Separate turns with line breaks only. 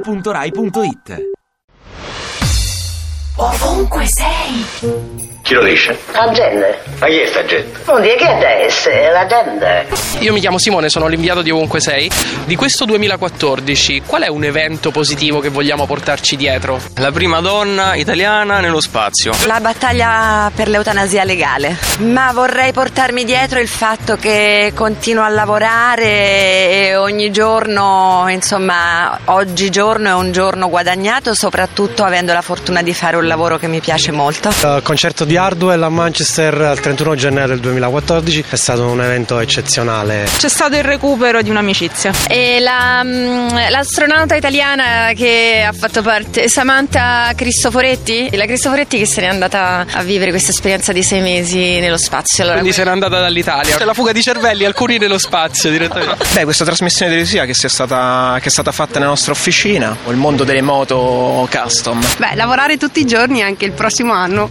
radio2pod.rai.it
Ovunque sei,
Chi lo dice?
Agende.
Ma chi è sta gente?
Non dire che deve essere l'agenda.
Io mi chiamo Simone, sono l'inviato di Ovunque Sei. Di questo 2014, qual è un evento positivo che vogliamo portarci dietro?
La prima donna italiana nello spazio.
La battaglia per l'eutanasia legale, ma vorrei portarmi dietro il fatto che continuo a lavorare e ogni giorno, insomma, oggigiorno è un giorno guadagnato, soprattutto avendo la fortuna di fare un lavoro che mi piace molto.
Il concerto di Hardwell a Manchester al 31 gennaio del 2014 è stato un evento eccezionale.
C'è stato il recupero di un'amicizia.
E la, mm, l'astronauta italiana che ha fatto parte, Samantha Cristoforetti? La Cristoforetti che se n'è andata a vivere questa esperienza di sei mesi nello spazio. Allora,
Quindi se n'è andata dall'Italia. C'è la fuga di cervelli, alcuni nello spazio direttamente.
Beh, questa trasmissione televisiva che, sia stata, che è stata fatta nella nostra officina, il mondo delle moto custom.
Beh, lavorare tutti i giorni anche il prossimo anno.